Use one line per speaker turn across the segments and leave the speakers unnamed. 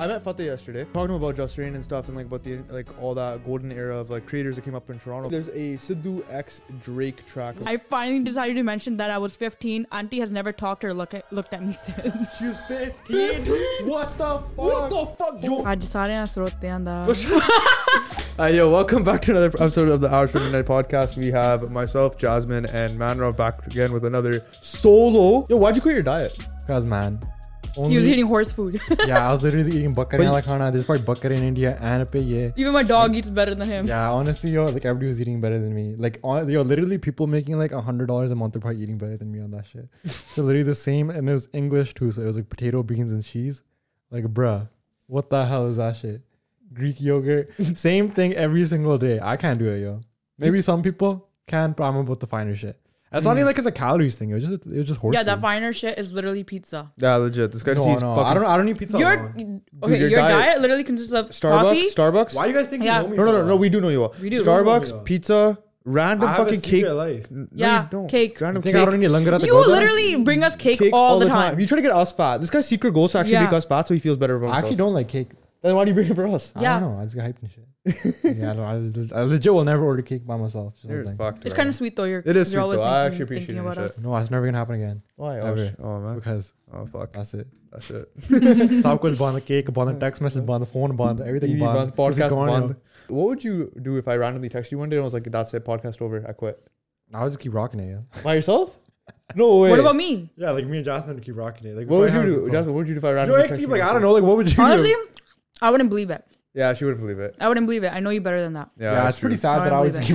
I met Fateh yesterday, talking about Justin and stuff, and like about the like all that golden era of like creators that came up in Toronto. There's a Sidhu X Drake track.
I finally decided to mention that I was 15. Auntie has never talked or look at, looked at me since.
She's 15. What the fuck? What the fuck, yo?
ਅੱਜ ਸਾਰਿਆਂ ਸਰੋਤਿਆਂ ਦਾ
Uh, yo, welcome back to another episode of the Hours from Midnight podcast. We have myself, Jasmine, and Manra back again with another solo. Yo, why'd you quit your diet?
Cause man,
he
only
was eating horse food.
yeah, I was literally eating
But-
bakkariyala khana. There's probably bakkar in India and a pig. Yeah.
Even my dog eats better than him.
Yeah, honestly, yo, like everybody was eating better than me. Like, on, yo, literally, people making like a hundred dollars a month are probably eating better than me on that shit. so literally the same, and it was English too. So it was like potato, beans, and cheese. Like, bruh, what the hell is that shit? Greek yogurt, same thing every single day. I can't do it, yo. Maybe some people can, but I'm about the finer shit. It's not even like it's a calories thing. It was just it was just horse.
Mm. Yeah, that
food.
finer shit is literally pizza.
Yeah, legit. This guy just
No,
eats
no,
fucking
I don't. I don't eat pizza.
your
alone.
okay,
your
your diet,
diet-
literally consists of
Starbucks.
coffee.
Starbucks.
Why do you guys think
Yeah.
you know me?
No, no,
so
no, no.
well?
We do know you are.
We do.
We do.
Starbucks, pizza,
I
random
have a
fucking cake.
secret life.
N- no,
Yeah,
you don't.
cake.
You
Random
think
cake.
I don't need langar at the
You
Goda?
literally bring us cake, all, the time.
You try to get us fat. This guy's secret goal is to actually
Yeah.
make us fat so he feels better about
I
himself.
actually don't like cake.
Then why do you bring it for us?
Yeah.
I don't know. I just get hyped and shit. yeah, I, don't, I, was, I legit will never order cake by myself. Just
You're
like,
fucked.
It's
bro.
kind of sweet though. You're,
It is
you're
sweet,
always
though. I
thinking-
actually appreciate
thinking
your
about
shit.
us.
no, it's never gonna happen again
Why? Oh,
Ever.
sh- oh man.
because
Oh fuck.
that's it.
That's it.
Stop going bond the cake, bond the text message, bond the phone, bond everything,
TV
bond
bond, podcast
Just gone, yo.
bond. What would you do if I randomly text you one day and I was like, "That's it, podcast over. I quit."
I would just keep rocking it. Yeah.
By yourself? No way.
What about me?
yeah, like me and Jasmine would keep rocking it. Like,
What would you do, Jasmine? What would you do if I randomly text you? and said-
know. Like, what would you
Honestly, I wouldn't believe it.
Yeah, she wouldn't believe it.
I wouldn't believe it. I know you better than that.
Yeah,
Yeah,
that's
it's pretty
true.
sad
I
that I would
believe
just
it.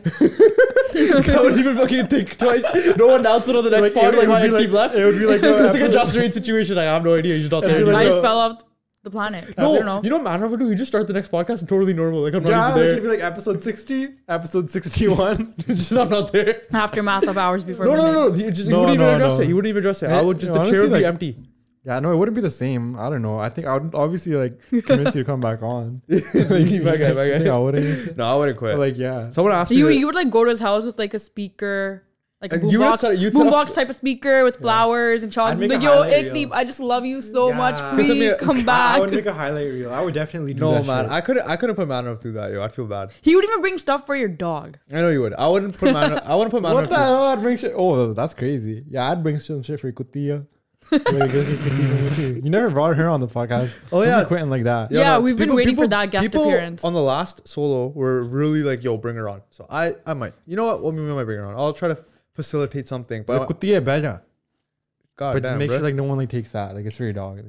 keep rocking it.
I wouldn't even fucking think twice. No one doubts it on the next
Like, it
part.
would
Like, why
be
I
like-
keep left.
it would be like, no,
it's like a
after-
Just Reed situation. Like, I have no idea. He's not
It'd
there.
be
anymore.
I
like,
just
uh,
fell off the planet.
no,
I don't know.
you know what Manra would do? He just start the next podcast totally normal. Like, I'm not
yeah, like,
even there.
it'd be like episode sixty, episode sixty-one.
just, I'm not there.
Aftermath of hours before.
No, no,
midnight.
no. He, just, he
No,
wouldn't
no,
even address
no.
it. He wouldn't even address it. I
Hey,
would just,
no,
the chair would
honestly,
be
like-
empty.
Yeah, no, it wouldn't be the same. I don't know. I think I would obviously like convince you to come back on. like,
my guy, my guy.
I wouldn't.
No, I wouldn't quit.
But, like, yeah.
Someone asked
So
me.
you
to-
you would like go to his house with like a speaker, like a
And you would
boombox,
set- you'd set up-
boombox type of speaker with flowers and chalk.
I'd make
Like
a
yo,
highlight reel.
Ikdeep, I just love you so
Yeah.
much.
Send
me
Please
a-
come
I
back.
would make a highlight reel. I would definitely do
No
that.
man,
shit.
I couldn't. I couldn't put Manor through that, yo. I feel bad.
He would even bring stuff for your dog.
I know you would. I wouldn't put Manor. I wouldn't put Manor.
what the
through.
hell? I'd bring shit. Oh, that's crazy. Yeah, I'd bring some shit for Kutia. you never brought her on the podcast.
Oh,
Don't be
yeah.
quitting like that.
Yeah, we've been waiting for that guest
people
appearance.
On the last solo, were really like, "Yo, bring her on." So I, I might. You know what? Well, maybe I might bring her on. I'll try to facilitate something. But I-
Kutia better.
God
But
damn,
just make
bro.
sure like no one like takes that. Like it's for your dog.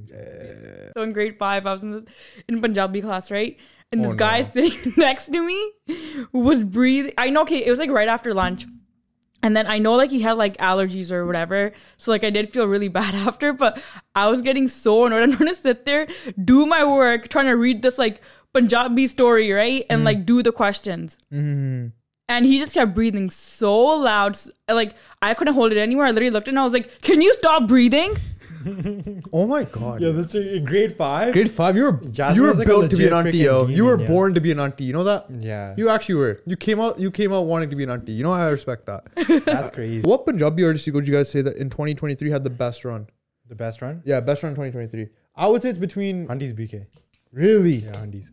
So in grade five, I was in this in Punjabi class, right? And this
Oh,
guy
no.
sitting next to me was breathing. I know, okay, it was like right after lunch. And then I know like he had like allergies or whatever. So like I did feel really bad after, but I was getting so annoyed. I'm trying to sit there, do my work, trying to read this like Punjabi story, right? And like
Mm-hmm.
do the questions. And he just kept breathing so loud. s- Like I couldn't hold it anymore. I literally looked at him and I was like, Can you stop breathing?
oh my god.
Yeah, this in grade five.
Grade five, you were
Jasmine
you were
was, like, a
built to be an
legit
auntie,
freaking
yo. You
demon,
were
yeah.
born to be an auntie. You know that?
Yeah.
You actually were. You came out. You came out wanting to be an auntie. You know I respect that.
that's crazy.
what Punjabi artist would you guys say that in 2023 had the best run?
The best run?
Yeah, best run in 2023. I would say it's between
Hundies BK.
really
Yeah, Hundies.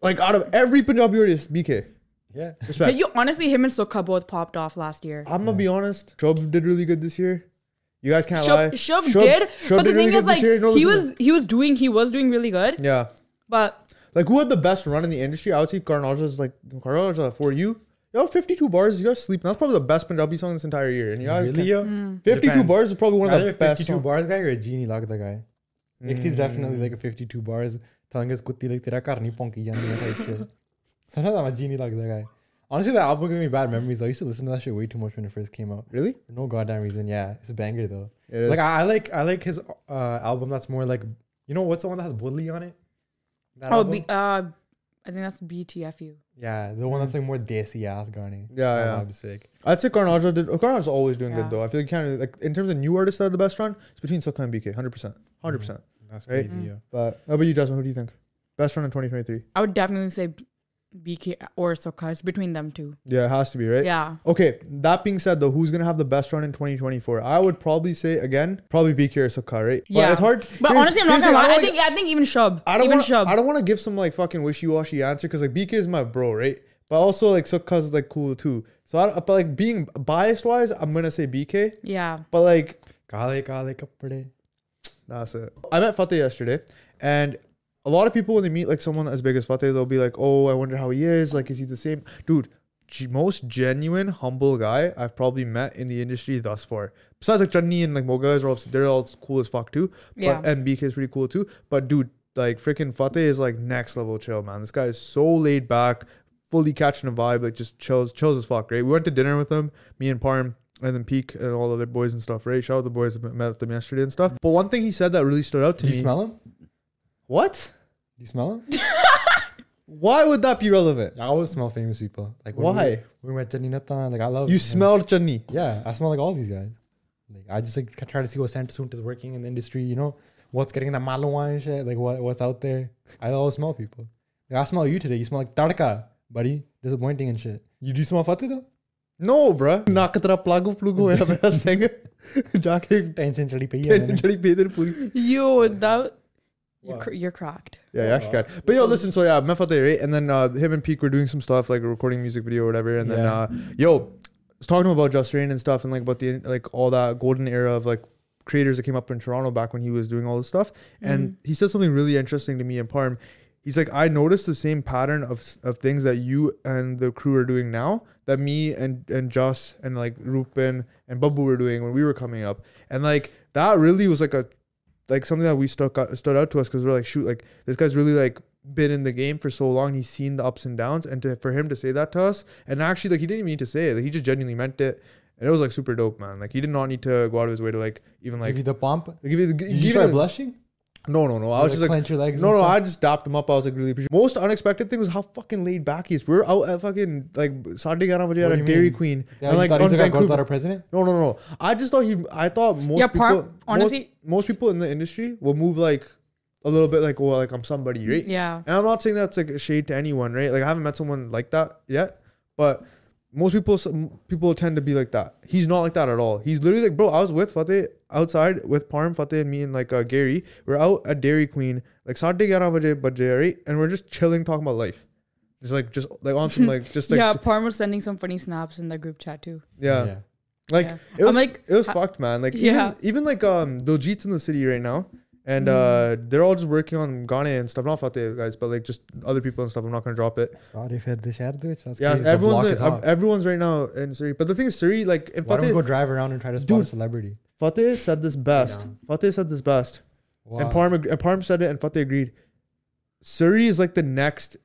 like out of every Punjabi artist, BK.
Yeah.
Respect.
you honestly, him and Sokka both popped off last year.
I'm gonna be honest. Shub did really good this year. You guys can't lie.
Shub, Shub, did,
Shub
but the
did really
thing
good this
is, like,
year. No,
he
listen
was he was doing he was doing really
to-
good,
yeah.
but
Like who had the best run in the industry? I would say Karnaja's like Karnaja for you. Yo, 52 bars. You guys sleep. That's probably the best Punjabi song this entire year. And you guys
Really,
can't-
yo?
Mm.
52
Depends.
bars is probably one Hmm. of
Either
the best.
52
songs.
bars guy or a genie like the guy. Ikti's definitely like a 52 bars telling us kutti like tera karni ponki jandi hai type shit. Sometimes I'm a genie like the guy. Honestly, that album gave me bad memories. I used to listen to that shit way too much when it first came out.
Really?
For no goddamn reason. Yeah, it's a banger though.
It is.
Like I, I like I like his uh, album that's more like you know what's the one that has Woodley on it? That
oh,
album?
B, uh, I think that's BTFU.
yeah, the one that's like more desi ass Ghani.
Yeah,
that
yeah.
vibe's sick.
I'd say Karnaja did. Karnaja's always doing
Yeah.
good though. I feel like you can't really- like in terms of new artists that had the best run. It's between Sokka and BK. 100. percent 100. percent
That's
Right? Mm.
crazy. Yeah.
But how about you, Jasmine? Who do you think best run in 2023?
I would definitely say BK or Sokka. It's between them two.
Yeah, it has to be, right?
Yeah.
Okay, that being said, though, who's gonna have the best run in 2024? I would probably say again, probably be Sakari. right? But
yeah.
it's hard.
But
here's-
honestly, I'm not
here's the thing,
gonna lie. I,
don't
think I think even Shub.
I don't
even
wanna,
Shub.
I don't want to give some like fucking wishy washy answer because like BK is my bro, right? But also like Sukka's like cool too. So I don't, but like being biased wise, I'm gonna say BK.
yeah.
But like
काले काले कपड़े
that's it. I met Fateh yesterday, and a lot of people when they meet like someone as big as Fateh, they'll be like, "Oh, I wonder how he is. Like, is he the same dude?" g- Most genuine, humble guy I've probably met in the industry thus far. Besides like Chutney and like Mogas are all they're all cool as fuck too. But
Yeah.
and BK is pretty cool too. But dude, like freaking Fateh is like next level chill, man. This guy is so laid back, fully catching a vibe, like just chills, chills as fuck, right? We went to dinner with him, me and Parm, and then Peak and all the other boys and stuff, right? Shout out the boys I met with them yesterday and stuff. But one thing he said that really stood out to
Do you
me.
smell him?
What?
Do you smell him?
Why would that be relevant?
I always smell famous people. Like when
Why?
We, when we were at Janinatan, like I love
You
him.
smelled Chutney.
Yeah, I smell like all these guys. Like I just like try to see what Samsung is working in the industry. You know what's getting the malawa and shit. Like what what's out there. I always smell people. Like I smell you today. You smell like tarka, buddy. Disappointing and shit. You do you smell fatih though?
No, bruh. नाक तेरा प्लागो प्लूगो है मेरा सिंह जाके
Tension chali payi hai maine.
जड़ी पे इधर पूरी
Yo, that you're,
What?
cr- you're cracked.
Yeah, you actually got. But yo, listen. So yeah, Mefate, right? And then uh, him and Peak were doing some stuff like recording music video or whatever. And then
Yeah.
uh, yo, I was talking to him about Just Rain and stuff, and like about the like all that golden era of like creators that came up in Toronto back when he was doing all this stuff. And he said something really interesting to me in Parm. He's like, I noticed the same pattern of s- of things that you and the crew are doing now that me and and Joss and like Rupin and Babu were doing when we were coming up. And like that really was like a like something that we stuck out, stood out to us because we're like, shoot, like this guy's really like been in the game for so long. He's seen the ups and downs, and to, for him to say that to us, and actually, like he didn't even need to say it. Like, he just genuinely meant it, and it was like super dope, man. Like he did not need to go out of his way to like even like
Give you the pump.
give you, give
Did you start
you-
blushing?
no, no, no. I was
Like,
just like.
clench your legs.
No,
and
no,
stuff?
I just dapped him up. I was like really appreciative. Most unexpected thing was how fucking laid back he is. We were out at fucking like Saturday Garage
What
at
do
a
you
Dairy
mean?
Queen.
Yeah,
and
you
like
thought he's
on
like a
Vancouver.
Gurdwara president.
No, no, no. I just thought he. I thought most
Yeah,
people.
par-
most-
honestly-
most, people in the industry will move like a little bit like, well, like I'm somebody, right?
Yeah.
And I'm not saying that's like a shade to anyone, right? Like I haven't met someone like that yet, but most people some people tend to be like that. He's not like that at all. He's literally like, bro, I was with Fateh outside with Parm, Fateh, and me, and like uh, Gary. We're out at Dairy Queen, like Saturday, right? And we're just chilling, talking about life. Just like, just like on some like, just like,
yeah,
yeah,
Parm was sending some funny snaps in the group chat too.
like
Yeah.
it was
I'm like,
it was
I-
fucked, man. Like
Yeah.
even even like um Diljit's in the city right now, and uh
Mm.
they're all just working on Ghana and stuff. Not Fateh guys, but like just other people and stuff. I'm not gonna drop it.
Sorry for the share, bitch. That's
Yeah,
crazy. The block
everyone's
is
gonna,
hot.
everyone's right now in Surrey. But the thing is, Surrey, like if
Why don't we
Fateh,
go drive around and try to spot
Dude.
a celebrity?
Fateh said this best. Fateh said this best, and Parm ag- and Parm said it, and Fateh agreed. Surrey is like the next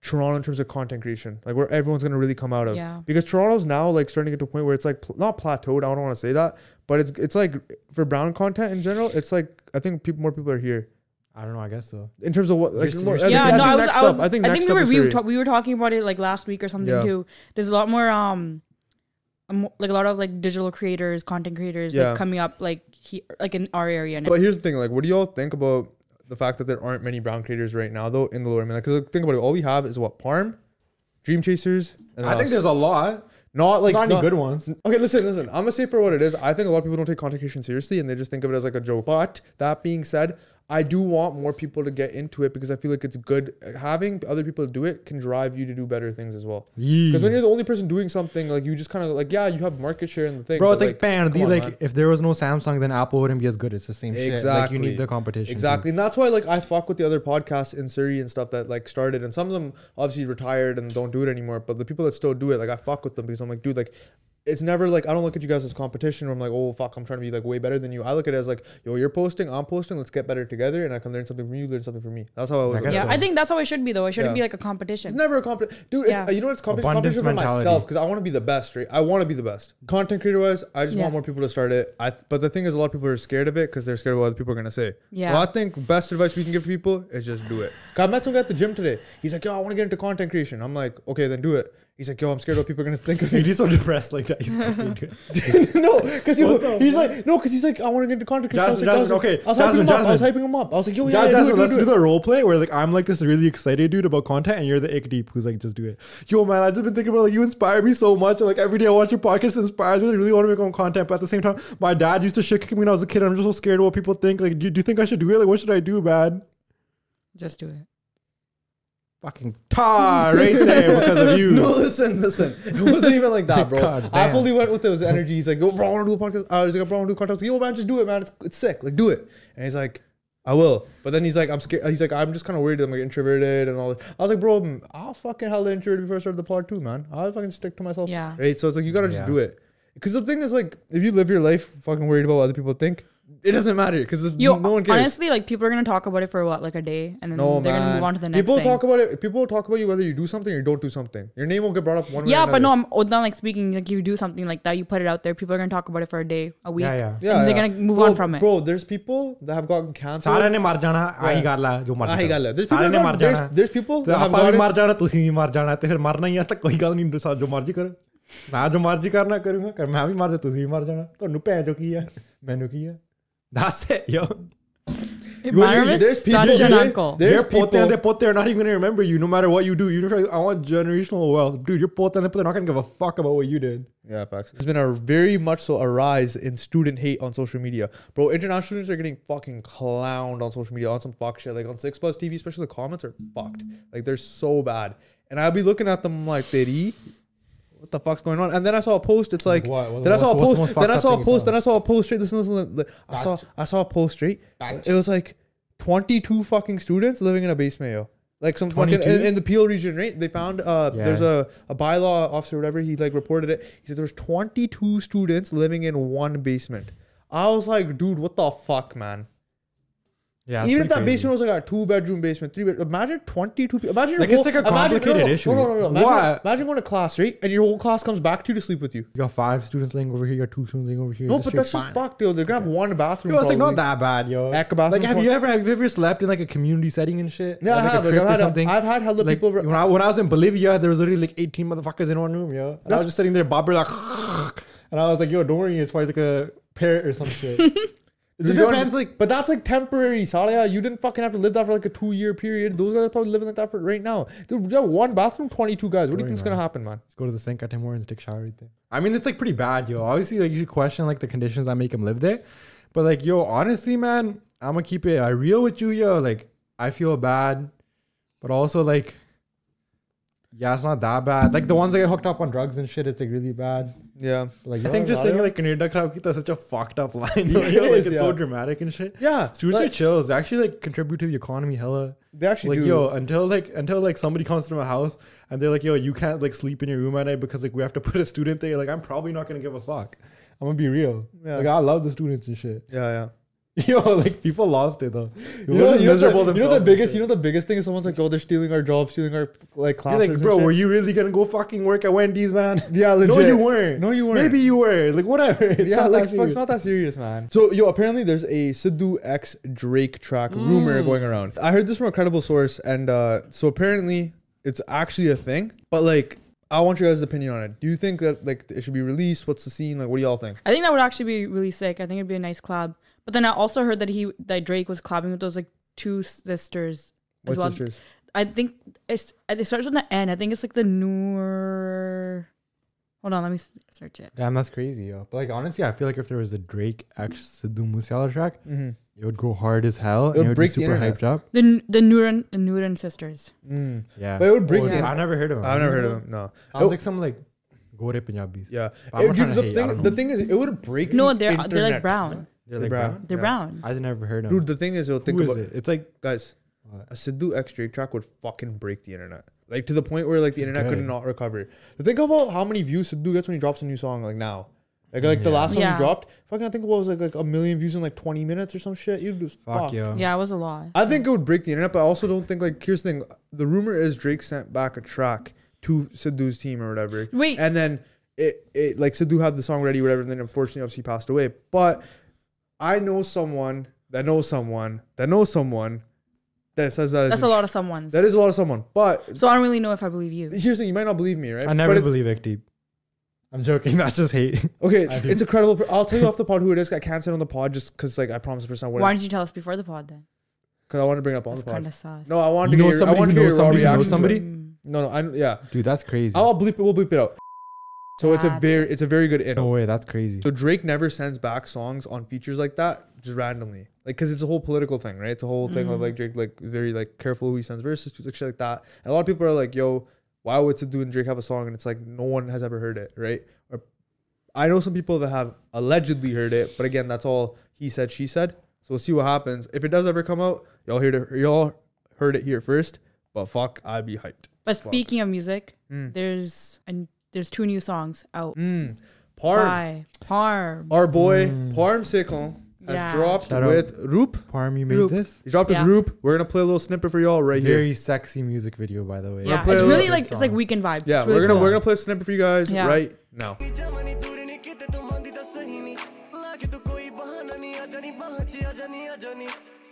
Toronto in terms of content creation, like where everyone's gonna really come out of.
Yeah.
Because Toronto's now like starting to get to a point where it's like pl- not plateaued. I don't want to say that, but it's it's like for brown content in general, it's like I think people more people are here
I don't know. I guess so.
in terms of what like
You're-
more-
you're
I
seeing-
think-
yeah,
I
no,
think
I was,
next
I was,
up- I think
I
next
think
up
we were,
is
we, were
Surrey.
ta- we were talking about it like last week or something
Yeah.
too. There's a lot more um, um, like a lot of like digital creators, content creators
Yeah.
like coming up like he, like in our area now.
But here's the thing, like, what do y'all think about the fact that there aren't many brown creators right now, though, in the lower mainland? Because think about it, all we have is what Parm, Dream Chasers, and
I think
us.
there's a lot.
not like
Like, not,
not-
any good ones.
Okay, listen, listen. I'm gonna say for what it is. I think a lot of people don't take content creation seriously, and they just think of it as like a joke. But that being said, I do want more people to get into it because I feel like it's good. Having other people do it can drive you to do better things as well. Because when you're the only person doing something, like you just kind of like, yeah, you have market share in the thing.
Bro,
but,
it's like, man,
come
the,
on,
like
man.
if there was no Samsung, then Apple wouldn't be as good. It's the same shit. Like you
Exactly.
need the competition.
Exactly, and that's why like I fuck with the other podcasts in Surrey and stuff that like started, and some of them obviously retired and don't do it anymore. But the people that still do it, like I fuck with them because I'm like, dude, like it's never like I don't look at you guys as competition. Where I'm like, oh fuck, I'm trying to be like way better than you. I look at it as like, yo, you're posting, I'm posting. Let's get better together, and I can learn something from you, learn something from me. That's how I was.
I guess
yeah,
so.
I think that's how it should be though. It shouldn't
Yeah.
be like a
It's
competition.
never a competition, dude. It's,
Yeah.
you know what it's competition?
Abundance
competition for
mentality.
myself because I want to be the best, right? I want to be the best. Content creator wise, I just
Yeah.
want more people to start it. I but the thing is, a lot of people are scared of it because they're scared of what other people are gonna say.
Yeah.
Well, I think best advice we can give to people is just do it. 'Cause I met some guy at the gym today. He's like, "Yo, I want to get into content creation." I'm like, "Okay, then do it." He's like, yo, I'm scared what people are gonna think of me.
You'd be so depressed like that. He's like,
no, because he,
What the
he's like, no, because he's like, I want to get into contract. I was
Jasmine,
like, I was
Jasmine,
like-
okay,
I was
Jasmine,
hyping him up. I was
Jasmine.
hyping him up. I was like, yo, yeah,
yeah,
yeah, do it,
Jasmine,
do it,
let's
do
do
it.
the role play where like I'm like this really excited dude about content, and you're the ick deep who's like just do it. Yo, man, I've just been thinking about like you inspire me so much. And, like every day I watch your podcast, it inspires me. I really want to make my own content, but at the same time, my dad used to shit kick me when I was a kid. And I'm just so scared of what people think. Like, do, do you think I should do it? Like, what should I do, man?
Just do it.
Fucking tar right there because of you.
No, listen, listen. It wasn't even like that, bro.
God
I
damn.
fully went with his energy. He's like, yo, bro, I want to do a podcast. I was like, bro, I want to do a podcast. I was like, yo, man, just do it, man. It's, it's sick. Like, do it. And he's like, I will. But then he's like, I'm scared. He's like, I'm just kind of worried. I'm like introverted and all that. I was like, bro, mm, I'll fucking hell introverted before I started the pod too, man. I'll fucking stick to myself.
Yeah.
Right. So it's like, you got to just
Yeah.
do it. Because the thing is, like, if you live your life fucking worried about what other people think, it doesn't matter because no
Yo,
one cares.
honestly, like people are gonna talk about it for what, like a day, and then
no,
they're
man.
gonna move on to the next.
people
thing.
talk about it. People talk about you whether you do something or you don't do something. Your name will get brought up one way.
yeah,
or
but
another.
no, I'm oh, not like speaking. Like you do something like that, you put it out there. People are gonna talk about it for a day, a week.
Yeah, yeah.
Yeah,
and they're
yeah.
gonna move
bro,
on from it.
Bro, there's people that have gotten canceled.
ਸਾਰਿਆਂ ਨੇ ਮਰ ਜਾਣਾ ਆਹੀ
Yeah.
ਗੱਲ ਆ ਜੋ ਮਰ
ਆਹੀ ਗੱਲ ਆ। There's people
ਸਾਰਿਆਂ ਨੇ
that
ਮਰ
got-
ਜਾਣਾ
there's- there's people
ਤੇ
that have
ਆਪਾਂ ਵੀ
got
ਮਰ ਜਾਣਾ ਤੁਸੀਂ ਵੀ ਮਰ ਜਾਣਾ ਤੇ ਫਿਰ ਮਰਨਾ ਹੀ ਆ ਤਾਂ ਕੋਈ ਗੱਲ ਨਹੀਂ ਸਾ ਜੋ ਮਰਜੀ ਕਰੋ ਮੈਂ ਜੋ ਮਰਜੀ ਕਰਨਾ ਕਰੂੰਗਾ ਕਰ ਮੈਂ ਵੀ ਮਰ ਜਾ ਤੁਸੀਂ ਵੀ ਮਰ ਜਾਣਾ ਤੁਹਾਨੂੰ ਭੈ ਜੋ ਕੀ ਆ ਮੈਨੂੰ ਕੀ ਆ ਦੱਸ ਯੋ
Myram
there's
is
people-
such an
there-
uncle.
there-
Your
people-
pote and their pote are not even going to remember you no matter what you do. You know, I want generational wealth. Dude, your pote and their pote are not going to give a fuck about what you did.
Yeah, facts. There's been a very much so a rise in student hate on social media. Bro, international students are getting fucking clowned on social media on some fuck shit. Like on Six Plus TV, especially the comments are fucked. Like they're so bad. And I'll be looking at them like, Diddy, what the fuck's going on? And then I saw a post. It's like,
What? What-
then I saw
what's-
a
what's the most
post. Then I
fucked
saw a
up thing you
post.
saw?
Then I saw a post. Straight. Listen, listen. listen. I saw. I saw a post. Straight. It was like 22 fucking students living in a basement. Yo. Like some fucking
22?
in, in the Peel region, right? They found uh,
Yeah.
there's a, a bylaw officer, or whatever. He like reported it. He said there's 22 students living in one basement. I was like, dude, what the fuck, man?
Yeah,
Even if that basement was like a two bedroom basement, three bedroom, imagine 22 people. Imagine your
Like, it's
whole-
like a
imagine- no, no,
complicated
no,
issue.
No, no, no, no. Imagine,
Why?
imagine going to class, right? And your whole class comes back to you to sleep with you.
You got five students laying over here. You got two students laying over here.
No,
Just
but
you're
that's just
fine.
fucked, yo. They're gonna have one bathroom.
Yo, it's like
probably.
not that bad, yo.
Like, bathroom
Like, have
is
you ever have you ever slept in like a community setting and shit?
Yeah, I
like, a
have. Like,
trip
I've
or
had a-
something?
I've had hella
like,
people-
When I, when I was in Bolivia, there was literally like 18 motherfuckers in one room, yo. And I was
That's-
just sitting there, bobber like, and I was like, yo, don't worry, it's probably like a parrot or some shit. it
It
just depends, like,
but that's like temporary, Salia. You didn't fucking have to live that for like a two year period. Those guys are probably living like that for right now. Dude, we got one bathroom, 22 guys. What do you
Sorry,
think's
man.
gonna happen, man?
Let's go to the sink at Timor and take shower right there. I mean, it's like pretty bad, yo. Obviously, like you should question like the conditions that make him live there. But like, yo, honestly, man, I'm gonna keep it uh, real with you, yo. Like, I feel bad, but also like, yeah, it's not that bad. Like the ones that get hooked up on drugs and shit, it's like really bad.
Yeah.
But, like,
I
I
think
think
a
just
lot
saying
of-
like Canada Crab Kita is such a fucked up line.
Yeah,
yo.
it
like
is,
it's so
yeah.
dramatic and shit.
Yeah.
Students
like,
are chills. They actually like contribute to the economy hella
they actually
like
do.
yo until like until like somebody comes to my house and they're like yo you can't like sleep in your room at night because like we have to put a student there like i'm probably not gonna give a fuck i'm gonna be real
Yeah.
like i love the students and shit
yeah, yeah.
yo like people lost it though People
You know,
just
you, know the,
miserable
you know the
themselves and
biggest, you
shit.
know the biggest thing is someone's like, "Yo, they're stealing our jobs, stealing our like
You're
classes."
like, bro,
and shit.
were you really gonna go fucking work at Wendy's, man?
Yeah, legit.
No, you weren't.
No, you weren't.
Maybe you were. Like, whatever. It's
yeah,
not
like fuck's
that serious.
not that serious, man. So yo, apparently there's a Sidhu X Drake track
Mm.
rumor going around. I heard this from a credible source, and uh, so apparently it's actually a thing. But like, I want your guys' opinion on it. Do you think that like it should be released? What's the scene? Like, what do y'all think?
I think that would actually be really sick. I think it'd be a nice collab. But then I also heard that he that Drake was collabing with those like two sisters as
What's
well.
sisters?
I think it's it starts with the N. I think it's like the newer. Hold on, let me s- search it.
Damn, that's crazy, yo. But like, honestly, I feel like if there was a Drake X Sidhu Musiala track, it would go hard as
Mm-hmm.
hell.
would
and it would
break the
be super
internet.
hyped up.
The n- the Nuran the Nuran sisters.
Mm.
Yeah.
But it would break
the-
Oh, I've never heard of him.
I've never heard of them. No.
Sounds
It-
like some like Gore Punjabis.
yeah.
I'm not
It- dude,
trying to
the
hate, I
thing,
don't
the
know.
thing is, it would break.
No,
the
they're they're like
internet.
brown.
They're
They're like
brown.
brown.
They're
Yeah.
brown.
I never heard of
Dude,
them.
the thing is, yo, think
Who is
about
it? It's like
guys.
What?
A Sidhu X Drake track would fucking break the internet, like to the point where like the
It's
internet could
good.
not recover. Think about how many views Sidhu gets when he drops a new song, like now. Like, like the
Yeah.
last one he
Yeah.
dropped, fucking I think it was like, like a million views in like 20 minutes or some shit. You just
fuck,
fuck.
yo.
Yeah, it was a lot.
I think it would break the internet, but I also don't think like here's the thing. The rumor is Drake sent back a track to Sidhu's team or whatever.
Wait.
And then it, it like Sidhu had the song ready, whatever, and then unfortunately obviously he passed away. But I know someone that knows someone that knows someone that says that. is
That's a
in-
lot of someone's.
That is a lot of someone. But
so I don't really know if I believe you.
here's the thing: you might not believe me, right?
I never
But it-
believe Ekdeep. I'm joking. That's just hate.
Okay,
I do.
it's a credible. per- I'll tell you off the pod who it is. I can't say it on the pod just because, like, I promised the person I
Why
wouldn't.
didn't you tell us before the pod then?
Because I wanted to bring it up on
That's
the pod.
kind of sus. Mm.
No, I wanted
You
to get.
know
Your, I
somebody
wanted
who
to get your
knows
raw
somebody who knows
reaction. to
somebody?
it. No, no, I yeah.
Dude, that's crazy.
I'll bleep it. We'll bleep it out. So it's a
That's-
very, it's a very good in.
no way. That's crazy.
So Drake never sends back songs on features like that just randomly, like because it's a whole political thing, right? It's a whole thing of
Mhm.
like Drake, like very like careful who he sends verses to, like shit like that. And a lot of people are like, "Yo, why would Sidhu and Drake have a song?" And it's like no one has ever heard it, right? Or I know some people that have allegedly heard it, but again, that's all he said, she said. So we'll see what happens. If it does ever come out, y'all heard it, y'all heard it here first. But fuck, I'd be hyped.
But
Fuck.
speaking of music,
Mm.
there's and there's two new songs out.
Mm. Parm,
Bye. Harm.
our boy
Mm.
Parm Sickle has
Yeah.
dropped
Shout out.
with Roop.
Parm, you made
Roop.
this?
He dropped a
Yeah.
group. We're gonna play a little snippet for y'all right
Very
here.
sexy music video, by the way.
Yeah,
play
it's
a
really
little
like it's like weekend vibes.
Yeah,
It's really
we're gonna
cool.
we're gonna play a snippet for you guys
Yeah.
right now.
ਨੀ ਜਮਨੀ ਦੂਰ ਨੀ ਕਿਤੇ ਤੂੰ ਮੰਦੀ ਤਾਂ ਸਹੀ ਨੀ ਲਾਗੇ ਤੂੰ ਕੋਈ ਬਹਾਨਾ ਨੀ ਆ ਜਾਣੀ ਬਾਹਚੀ ਆ ਜਾਣੀ ਆ ਜਾਣੀ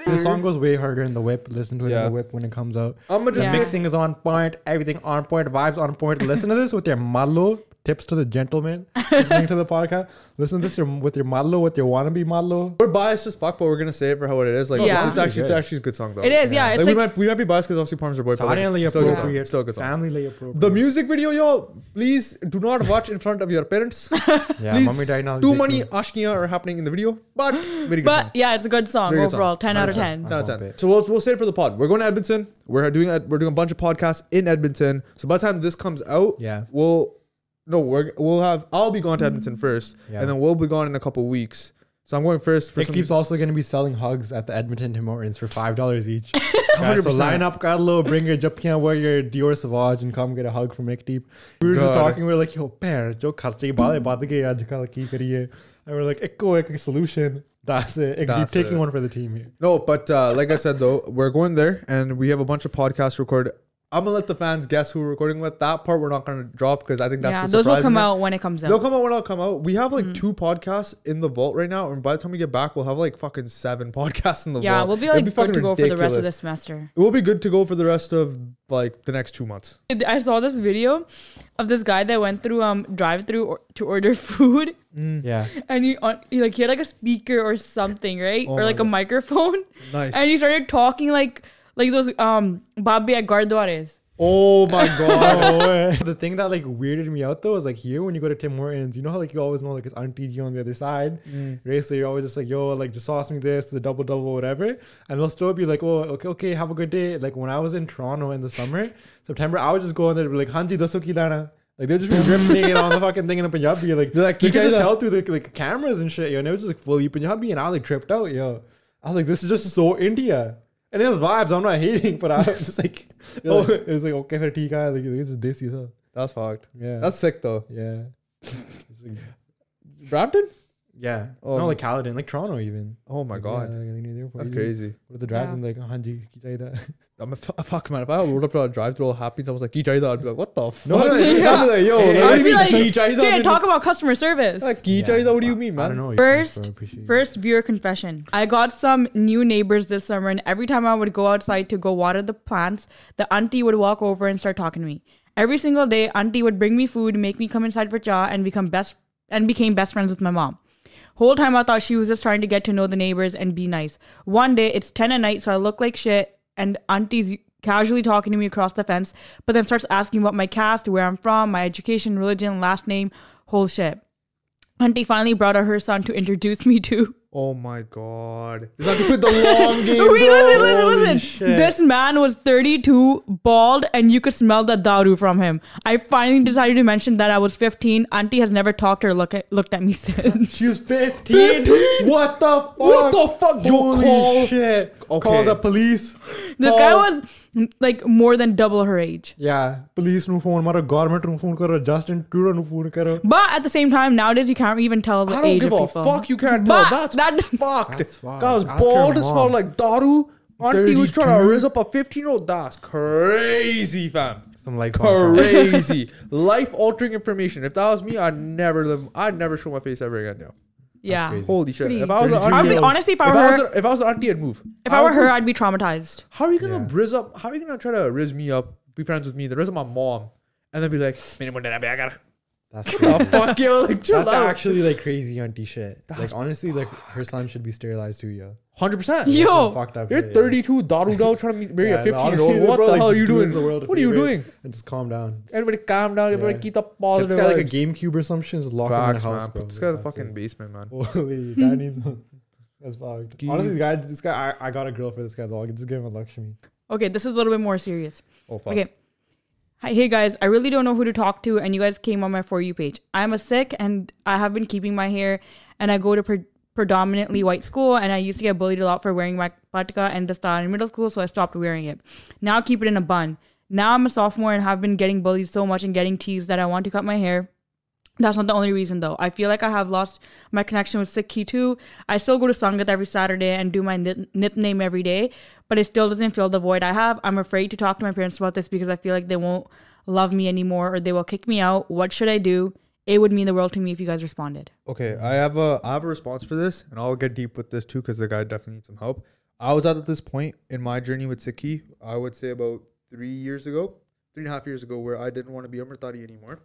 The song goes way harder in the whip. Listen to it in
Yeah.
the whip when it comes out.
I'm gonna
The
just
Yeah.
mix.
mixing is on point. Everything on point. Vibes on point. Listen to this with your malo. Tips to the gentleman listening to the podcast. Listen to this your- with your malo, with your wannabe malo.
We're biased as fuck, but we're gonna say it for how it is. Like, it's,
Yeah.
it's
It's
actually it's
good.
actually a good song though.
It is, yeah.
Like,
It's
we
like,
might we might be biased because obviously Parm's our boy, but like,
Silently
it's still a good song.
appropriate.
It's Still a good song.
Family appropriate.
The music video, y'all. Please do not watch in front of your parents.
Yeah,
Please,
mommy died now.
too many ashkiyan are happening in the video, but very good. song.
But yeah, it's a good song
Very good song.
overall. Ten out of
100%.
ten.
10 out of
I bump
10.
it.
So we'll, we'll say it for the pod. We're going to Edmonton. We're doing a, we're doing a bunch of podcasts in Edmonton. So by the time this comes out,
Yeah. Mm.
we'll no we're we'll have I'll be gone to Edmonton first,
Yeah.
and then we'll be gone in a couple weeks. So I'm going first for
Nick
some.
Deep's also going to be selling hugs at the Edmonton Himorans for five dollars each. Guys, so
100%.
line up, Carlo. Bring your Japan, wear your Dior Sauvage, and come get a hug from Nick Deep. We were just
God.
talking. We were like, "Yo, pair, jo kharche baale baad gaye aaj kal ki kariye," and we we're like, "Ekko ek solution." That's it. Nick Deep
That's
taking
it.
one for the team here.
no, but uh, like I said though, we're going there, and we have a bunch of podcasts recorded. I'm gonna let the fans guess who we're recording with. That part we're not gonna drop because I think that's
Yeah,
the
those will
surprise
come
in it.
out when it comes out.
They'll come out when I'll come out. We have like
Mm-hmm.
two podcasts in the vault right now, and by the time we get back, we'll have like fucking seven podcasts in the
yeah,
vault.
we'll be
It'll
like good
fucking
to go for the rest of
ridiculous.
the semester.
We'll be good to go for the rest of like the next two months.
I saw this video of this guy that went through um drive through or, to order food,
Yeah,
and he on he like he had like a speaker or something, right,
Oh
or
my
like a
God.
microphone,
Nice.
and he started talking like like those um Babi at Gardwares.
oh my god.
No way. the thing that like weirded me out though is like here when you go to Tim Hortons, you know how like you always know like his auntie G on the other side,
Mm.
right? So you're always just like, yo, like just sauce me this, the double double, whatever, and they'll still be like, oh, okay, okay, have a good day. Like when I was in Toronto in the summer, September, I would just go in there and be like, hanji dasuki lana. Like they'll just be grimacing it on the fucking thing in a Punjabi. Like,
They're like,
you can
"Kijai's
just
a-
tell through the like cameras and shit, yo. And it was just like fully Punjabi, and I was like tripped out, yo. I was like, this is just so India. And it was vibes. I'm not hating, but I was just like, oh, it was like okay, fair, theek hai. Like it's just desi, huh?
uh, That's fucked.
Yeah.
That's sick though.
yeah. It's like-
Brampton?
yeah.
Oh,
no, like Caledon, like Toronto, even.
Oh my
Like,
god.
Yeah, like, like, near the airport.
That's
easy.
crazy.
What are the drives
Yeah.
and like, hanji, ki chahiye tha."
I'm a f- fuck man. If I rolled up to a drive through all happy, someone's like, "Kijai da," I'd be like, "What the fuck?"
No, no,
yeah.
I'd be like, "Yo, like,
I
what
would
do you
be
mean
like,
"Kijai da"?
"Dude,
I'd be
talk about customer service.
like, "Kijai da." What do you mean,
I- I don't
man?
know.
First-
I appreciate you.
First viewer confession. I got some new neighbors this summer, and every time I would go outside to go water the plants, the auntie would walk over and start talking to me. Every single day, auntie would bring me food, make me come inside for cha, and become best and became best friends with my mom. Whole time I thought she was just trying to get to know the neighbors and be nice. One day it's ten at night, so I look like shit, and auntie's casually talking to me across the fence, but then starts asking about my caste, where I'm from, my education, religion, last name, whole shit. Auntie finally brought out her son to introduce me to.
Oh my god. Is that to put the long game, bro?
Wait, listen, listen,
Holy
listen.
shit.
This man was 32, bald, and you could smell the daru from him. I finally decided to mention that I was 15. Auntie has never talked or look at, looked at me since.
She was 15.
15?
What the fuck?
What the fuck? You
Holy
call-
shit.
Okay.
Call the police.
this guy
Call-
was mm, like more than double her age.
Yeah. Police nu phone maro, government nu phone karo, Justin Trudeau nu phone karo.
But at the same time, nowadays you can't even tell the
I
age
don't give
of
a
people.
fuck. You can't tell.
But
That's
that-
fucked.
That's fucked.
Guy was
Ask
bald
her
and smelled
mom.
like Daru. Auntie was trying to
32.
raise up a 15 year old. That's crazy, fam.
Some like
Crazy. Life altering information. If that was me, I'd never live. I'd never show my face ever again. Yo.
yeah.
crazy.
Holy shit!
Pretty-
If I was an
I'd
auntie,
be
if
honestly, if I
I
were her,
was a- if I was an auntie, I'd move.
if I were
would-
her, I'd be traumatized.
how are you gonna
Yeah.
rizz up? How are you gonna try to rizz me up? Be friends with me, the rizz up my mom, and then be like, "Minimum that I be, I gotta."
That's
Oh,
crazy.
fuck you! Like chill
That's
out.
actually like crazy auntie shit.
That's
Like honestly, like her son should be sterilized too, yo.
Hundred percent.
Yo,
Some fucked up
You're
shit, yeah.
32, daru dao, trying to meet- marry
Yeah,
a
and
15 year old.
honestly,
What
bro,
the
like,
hell are
just
you
do
doing?
the world a
What are you
favor
doing?
And just calm down.
Everybody calm down. Everybody
Yeah.
keep the
This
positive.
guy like a
vibes.
GameCube or some shit. Just lock him in a
Facts,
house,
man.
bro.
Put this guy in the
That's
fucking
it.
basement, man.
Holy, that needs. That's fucked.
Give-
Honestly, this guy, this guy, I, I got a girl for this guy though. I could just give him a Lakshmi.
Okay, this is a little bit more serious.
Oh fuck.
Okay. Hi, hey guys, I really don't know who to talk to, and you guys came on my For You page. I'm a sick, and I have been keeping my hair, and I go to pre- predominantly white school, and I used to get bullied a lot for wearing my patka and the style in middle school, so I stopped wearing it. Now I keep it in a bun. Now I'm a sophomore and have been getting bullied so much and getting teased that I want to cut my hair. That's not the only reason though. I feel like I have lost my connection with Sikh too. I still go to Sangat every Saturday and do my nit- name every day, but it still doesn't fill the void I have. I'm afraid to talk to my parents about this because I feel like they won't love me anymore or they will kick me out. What should I do? It would mean the world to me if you guys responded.
Okay, I have a I have a response for this, and I'll get deep with this too because the guy definitely needs some help. I was at this point in my journey with Siki, I would say about three years ago, three and a half years ago, where I didn't want to be Amritari anymore,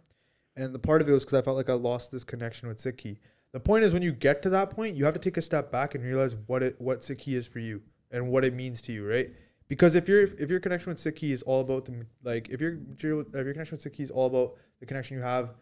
and the part of it was because I felt like I lost this connection with Siki. The point is, when you get to that point, you have to take a step back and realize what it what Siki is for you and what it means to you, right? Because if your if your connection with Siki is all about the like if your material if your connection with Siki is all about the connection you have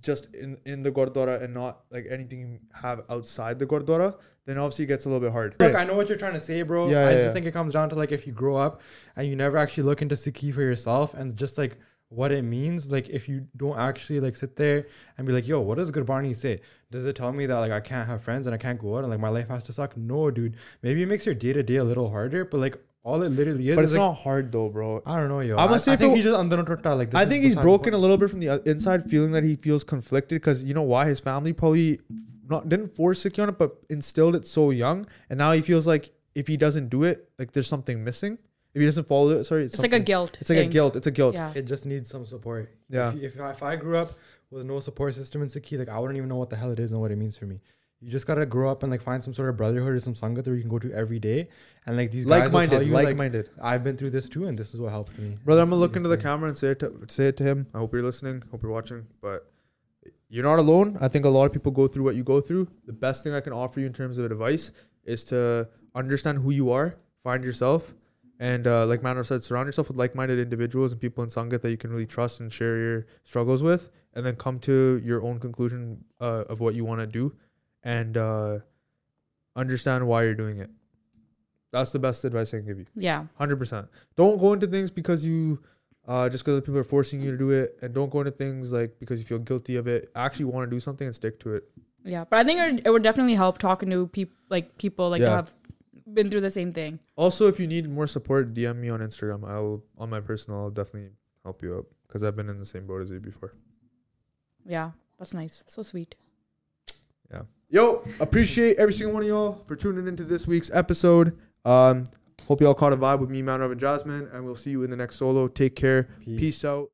just in in the Gurdwara and not like anything you have outside the Gurdwara, then obviously it gets a little bit hard.
Look, I know what you're trying to say, bro.
Yeah,
I
yeah,
just
yeah.
think it comes down to like if you grow up and you never actually look into Sikhi for yourself and just like what it means. Like if you don't actually like sit there and be like, yo, what does Gurbani say? Does it tell me that like I can't have friends and I can't go out and like my life has to suck? No, dude. Maybe it makes your day to day a little harder, but like all it literally is
But
is
it's
like,
not hard though, bro.
I don't know, yo.
I
I,
must say
I
if
think
it-
he's just under torta, like this
I
is
think he's
beside the
broken a
point.
little bit from the o- inside, feeling that he feels conflicted because you know why his family probably not didn't force Siki on it, but instilled it so young, and now he feels like if he doesn't do it, like there's something missing. If he doesn't follow it, sorry,
It's like a
something-
guilt.
It's like a
thing.
guilt. It's a guilt.
Yeah.
It just needs some support.
Yeah.
If, you- if, if I grew up with no support system in Sikhi, like I wouldn't even know what the hell it is and what it means for me. You just gotta grow up and like find some sort of brotherhood or some sangat that you can go to every day. And like these guys will tell
Like-minded,
you, like
like-minded.
I've been through this too, and this is what helped me.
Brother, I'm gonna
That's the
look into the
biggest
camera and say it to say it to him. I hope you're listening. Hope you're watching. But you're not alone. I think a lot of people go through what you go through. The best thing I can offer you in terms of advice is to understand who you are, find yourself, and uh, like Manav said, surround yourself with like-minded individuals and people in Sangat that you can really trust and share your struggles with, and then come to your own conclusion uh, of what you want to do, and uh, understand why you're doing it. That's the best advice I can give you
Yeah.
hundred percent. Don't go into things because you, uh, just because people are forcing you to do it, and don't go into things like because you feel guilty of it. Actually, want to do something and stick to it.
Yeah. But I think it, it would definitely help talking to people like people like
Yeah.
that have been through the same thing.
Also, if you need more support, DM me on Instagram. I'll on my personal. I'll definitely help you out because I've been in the same boat as you before.
Yeah. That's nice. So sweet.
Yeah. Yo, appreciate every single one of y'all for tuning into this week's episode. Um, hope y'all caught a vibe with me, Mount and Jasmine, and we'll see you in the next solo. Take care.
Peace.
Peace out.